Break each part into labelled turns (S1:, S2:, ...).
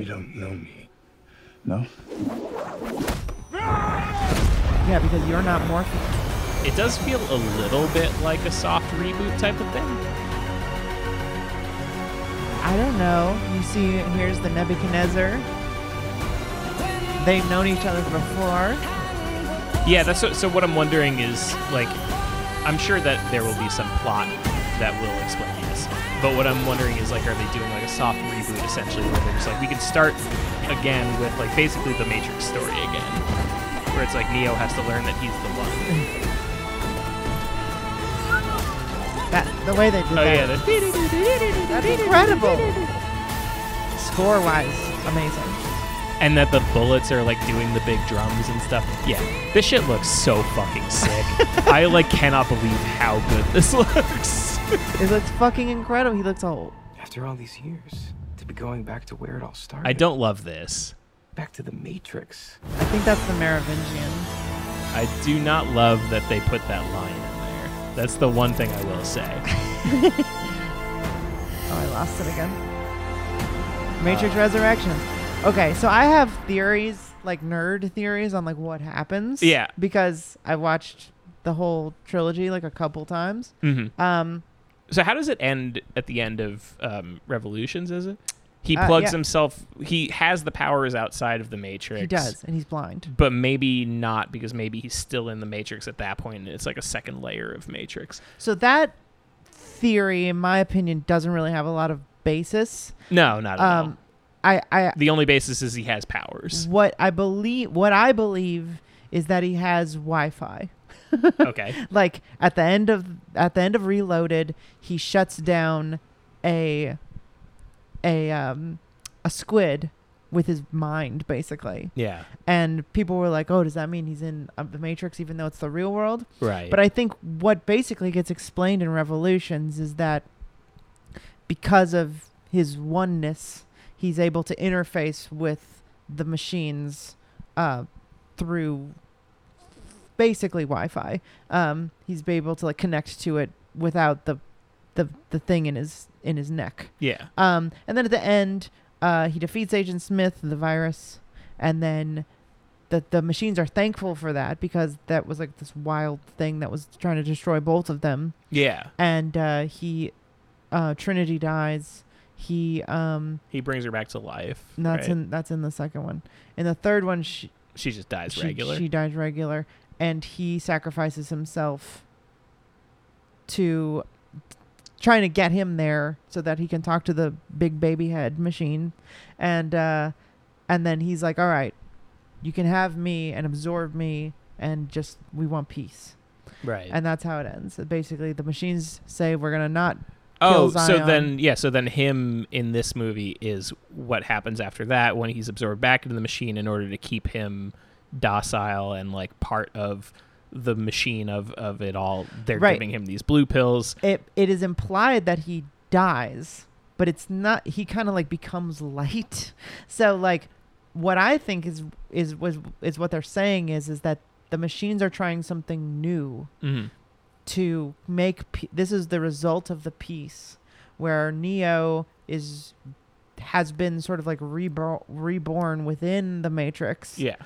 S1: don't know me.
S2: No?
S3: Yeah, because you're not Morpheus.
S4: It does feel a little bit like a soft reboot type of thing.
S3: I don't know. You see, here's the Nebuchadnezzar. They've known each other before.
S4: Yeah, that's so, so what I'm wondering is like I'm sure that there will be some plot that will explain this. But what I'm wondering is like are they doing like a soft reboot essentially where they're just like we can start again with like basically the Matrix story again. Where it's like Neo has to learn that he's the one.
S3: That the way they did
S4: Oh
S3: that.
S4: yeah, the
S3: That's incredible. Score wise, amazing.
S4: and that the bullets are like doing the big drums and stuff. Yeah, this shit looks so fucking sick. I like cannot believe how good this looks.
S3: It looks fucking incredible. He looks old.
S1: After all these years, to be going back to where it all started.
S4: I don't love this.
S1: Back to the Matrix.
S3: I think that's the Merovingian.
S4: I do not love that they put that line in there. That's the one thing I will say.
S3: Oh, I lost it again.
S4: Uh.
S3: Matrix Resurrections. Okay, so I have theories, like nerd theories on like what happens.
S4: Yeah.
S3: Because I watched the whole trilogy like a couple times.
S4: Mhm.
S3: Um,
S4: So how does it end at the end of um, Revolutions? Is it? He
S3: Uh,
S4: plugs
S3: yeah.
S4: himself. He has the powers outside of the Matrix.
S3: he does, and he's blind.
S4: but maybe not because maybe he's still in the Matrix at that point, and it's like a second layer of Matrix.
S3: So that theory, in my opinion, doesn't really have a lot of basis.
S4: No, not at all.
S3: Um, Mm-hmm. I, I,
S4: The only basis is he has powers.
S3: what I believe, what I believe is that he has Wi-Fi.
S4: Okay.
S3: like at the end of at the end of reloaded he shuts down a a um a squid with his mind basically
S4: Yeah.
S3: and people were like oh does that mean he's in uh, the matrix even though it's the real world
S4: Right.
S3: but i think what basically gets explained in revolutions is that because of his oneness he's able to interface with the machines uh, through basically wi-fi um, he's be able to like connect to it without the the, the thing in his in his neck
S4: yeah.
S3: um, and then at the end, uh, he defeats Agent Smith, the virus, and then the the machines are thankful for that because that was like this wild thing that was trying to destroy both of them.
S4: Yeah.
S3: And uh, he, uh, Trinity dies. He um,
S4: He brings her back to life.
S3: that's
S4: right?
S3: in that's in the second one. In the third one, she
S4: She just dies
S3: she,
S4: regular.
S3: she dies regular, and he sacrifices himself to trying to get him there so that he can talk to the big baby head machine, and uh, and then he's like, "All right, you can have me and absorb me, and just we want peace."
S4: right.
S3: And that's how it ends. So basically, the machines say, "We're gonna not."
S4: oh,
S3: kill
S4: so
S3: Zion.
S4: then yeah, so then him in this movie is what happens after that when he's absorbed back into the machine in order to keep him docile and like part of the machine of of it all. They're
S3: Right.
S4: giving him these blue pills.
S3: It it is implied that he dies, but it's not. He kind of like becomes light. So like what I think is is was is what they're saying is is that the machines are trying something new
S4: Mhm.
S3: to make pe- this is the result of the piece where Neo is has been sort of like reborn reborn within the matrix
S4: Yeah.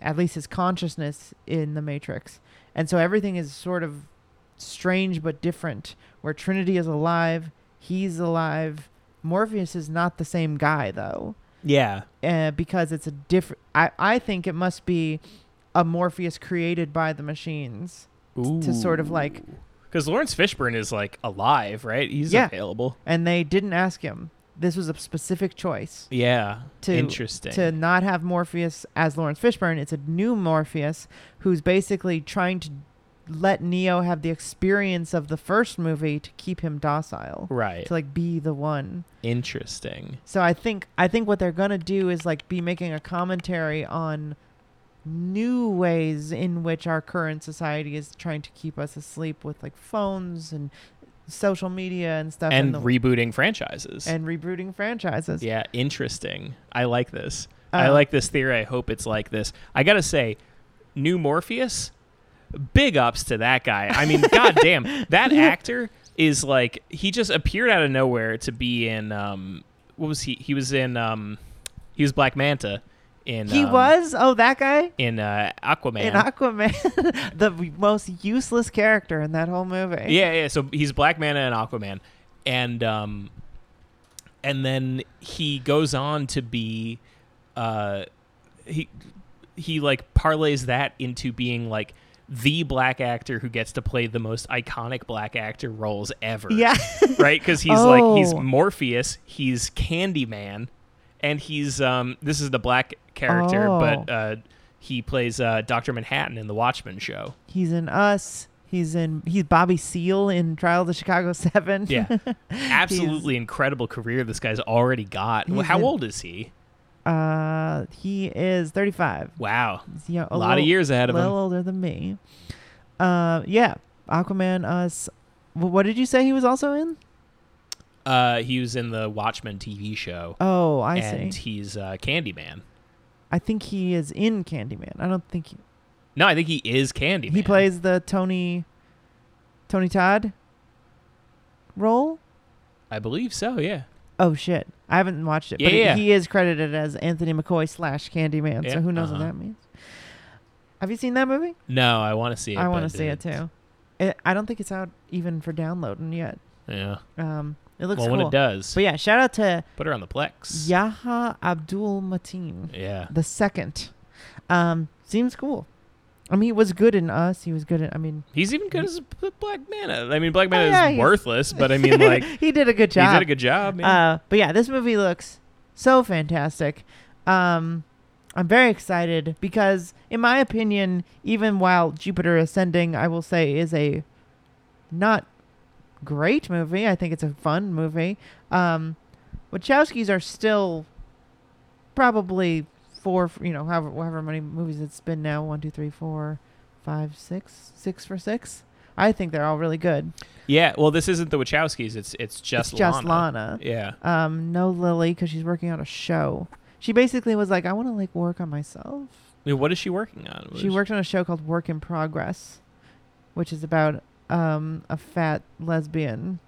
S3: at least his consciousness in the matrix and so everything is sort of strange but different where trinity is alive he's alive morpheus is not the same guy though
S4: Yeah.
S3: uh, because it's a different. I, I think it must be a Morpheus created by the machines to sort of like,
S4: Because Lawrence Fishburne is like alive, right? He's
S3: Yeah.
S4: available.
S3: and they didn't ask him. This was a specific choice
S4: Yeah.
S3: to
S4: Interesting.
S3: to not have Morpheus as Lawrence Fishburne. It's a new Morpheus who's basically trying to let Neo have the experience of the first movie to keep him docile,
S4: right.
S3: to like be the one.
S4: Interesting.
S3: So I think I think what they're gonna do is like be making a commentary on new ways in which our current society is trying to keep us asleep with like phones and social media and stuff
S4: And
S3: the,
S4: rebooting franchises.
S3: and rebooting franchises.
S4: yeah, interesting. I like this. I
S3: Uh,
S4: like this theory. I hope it's like this. I got to say, New Morpheus, big ups to that guy. I mean, goddamn, that actor is like, he just appeared out of nowhere to be in, um, what was he? He was in, um, He was Black Manta in
S3: He
S4: um,
S3: was? Oh, that guy?
S4: in uh, Aquaman.
S3: In Aquaman, the most useless character in that whole movie.
S4: yeah, yeah. So he's Black Manta and Aquaman, and um, and then he goes on to be, uh, he he like parlays that into being like the black actor who gets to play the most iconic black actor roles ever.
S3: Yeah.
S4: right? Because he's like he's
S3: Oh.
S4: Morpheus, he's Candyman, and he's um this is the black character, but
S3: Oh.
S4: uh he plays uh Doctor Manhattan in the Watchmen show.
S3: he's in Us. He's in. He's Bobby Seal in Trial of the Chicago Seven.
S4: Yeah, absolutely incredible career this guy's already got. Well,
S3: He's
S4: how
S3: in-
S4: old is he?
S3: uh, he is 35.
S4: Wow,
S3: He's, you know,
S4: a lot of
S3: little-
S4: years ahead of
S3: little
S4: him.
S3: older than me. Uh, yeah, Aquaman, Us. Wh- What did you say he was also in?
S4: Uh, he was in the Watchmen TV show,
S3: Oh, I
S4: and
S3: see.
S4: he's uh, Candyman.
S3: I think he is in Candyman. I don't think he,
S4: No, I think he is Candyman.
S3: he plays the Tony, Tony Todd role.
S4: I believe so. Yeah.
S3: Oh shit! I haven't watched it, but
S4: Yeah, yeah.
S3: he is credited as Anthony McCoy slash Candyman.
S4: Yeah,
S3: so who knows
S4: uh-huh.
S3: what that means? Have you seen that movie?
S4: No, I want to see it.
S3: I
S4: but
S3: want to see it
S4: didn't.
S3: too. It, I don't think it's out even for downloading yet.
S4: Yeah.
S3: Um, it looks
S4: Well,
S3: cool.
S4: when it does,
S3: But yeah, shout out to
S4: put her on the Plex.
S3: Yaha Abdul Mateen
S4: Yeah.
S3: the second. Um, seems cool. I mean, he was good in Us. He was good in. I mean,
S4: He's even good as B- Black Mana. I mean, Black
S3: Mm. Oh,
S4: Mana
S3: yeah,
S4: is
S3: he's-
S4: worthless, but I mean, like, he
S3: he did a good job.
S4: did a good job. Man.
S3: Uh, but yeah, this movie looks so fantastic. Um, I'm very excited because, in my opinion, even while Jupiter Ascending, I will say, is a not great movie. I think it's a fun movie. Um, Wachowskis are still probably four, you know, however, however many movies it's been now one, two, three, four, five, six, six for six. I think they're all really good.
S4: yeah. Well, this isn't the Wachowskis. It's it's just
S3: it's just Lana
S4: Lana. Yeah.
S3: um, no Lily because she's working on a show. She basically was like, I want to like work on myself.
S4: I mean, what is she working on? What
S3: She
S4: is-
S3: worked on a show called Work in Progress, which is about um, a fat lesbian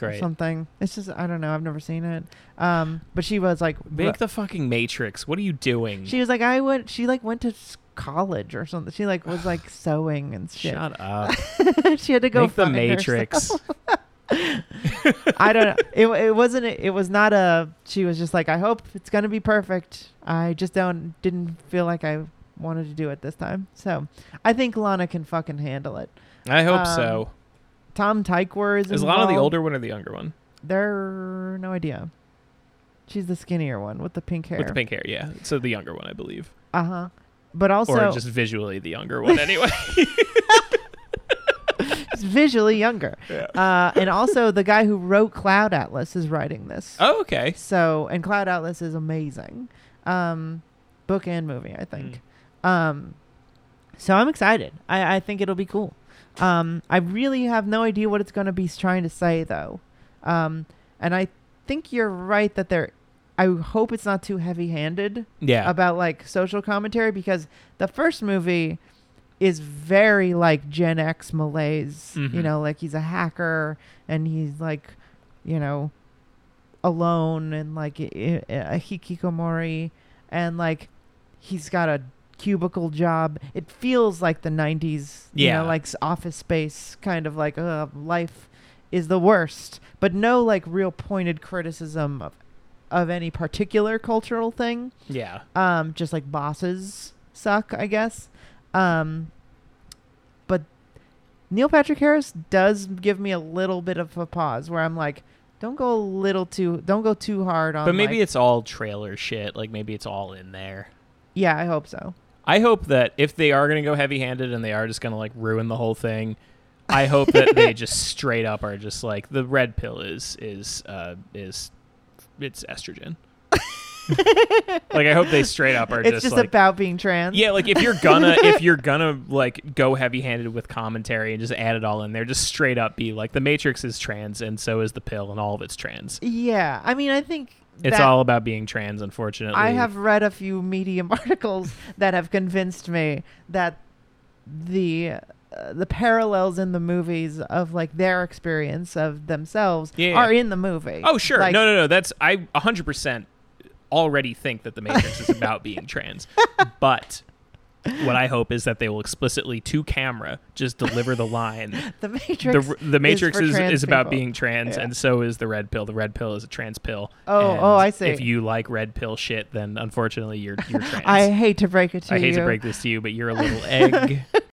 S3: or
S4: Great.
S3: something. It's just I don't know. I've never seen it. Um, but she was like,
S4: Make
S3: ru-
S4: the fucking Matrix. What are you doing?
S3: she was like, I went. She like went to s- college or something. She like was like sewing and shit.
S4: Shut up.
S3: she had to go
S4: Make the
S3: find herself.
S4: Matrix.
S3: I don't know. It, it wasn't. It was not a. She was just like, I hope it's gonna be perfect. I just don't didn't feel like I wanted to do it this time. So I think Lana can fucking handle it.
S4: I hope
S3: Um,
S4: so.
S3: Tom Tykwer is.
S4: Is Lana the
S3: involved.
S4: older one or the younger one?
S3: They're no idea. She's the skinnier one with the pink hair.
S4: With the pink hair. Yeah. So the younger one, I believe.
S3: Uh huh. But also
S4: or just visually the younger one, anyway.
S3: visually younger.
S4: Yeah.
S3: Uh, and also the guy who wrote Cloud Atlas is writing this.
S4: oh, okay.
S3: So, and Cloud Atlas is amazing. Um, book and movie, I
S4: Hmm.
S3: think. Um, so I'm excited. I, I think it'll be cool. Um, I really have no idea what it's going to be trying to say, though. Um, and I think you're right that there. I hope it's not too heavy handed
S4: Yeah.
S3: about like social commentary because the first movie is very like Gen X malaise.
S4: Mhm.
S3: You know, like he's a hacker and he's like, you know, alone and like i- i- a hikikomori and like he's got a cubicle job. It feels like the 90s, you
S4: Yeah.
S3: know, like s- office space kind of like uh, life is the worst, but no like real pointed criticism of of any particular cultural thing
S4: yeah.
S3: um just like bosses suck i guess um but neil patrick harris does give me a little bit of a pause where i'm like don't go a little too don't go too hard on
S4: But maybe
S3: like-
S4: it's all trailer shit. Like maybe it's all in there.
S3: yeah i hope so
S4: I hope that if they are going to go heavy-handed and they are just going to like ruin the whole thing, I hope that they just straight up are just like the red pill is is uh is it's estrogen. like I hope they straight up are
S3: it's
S4: just,
S3: just
S4: like
S3: about being trans
S4: yeah, like if you're gonna if you're gonna like go heavy-handed with commentary and just add it all in there, just straight up be like the Matrix is trans and so is the pill and all of it's trans.
S3: yeah i mean i think
S4: It's
S3: that-
S4: all about being trans, unfortunately.
S3: I have read a few Medium articles that have convinced me that the uh, the parallels in the movies of like their experience of themselves
S4: Yeah, yeah.
S3: are in the movie.
S4: Oh sure,
S3: Like,
S4: no no no. That's I 100 percent already think that the Matrix is about being trans, but what I hope is that they will explicitly to camera just deliver the line.
S3: The
S4: The,
S3: Matrix.
S4: r- the Matrix
S3: for
S4: is, is,
S3: trans
S4: about
S3: people.
S4: being trans,
S3: Yeah.
S4: and so is the red pill. The red pill is a trans pill.
S3: Oh,
S4: and
S3: oh, I see.
S4: If you like red pill shit, then unfortunately you're you're trans.
S3: I hate to break it to
S4: I
S3: you.
S4: hate to break this to you, but you're a little egg.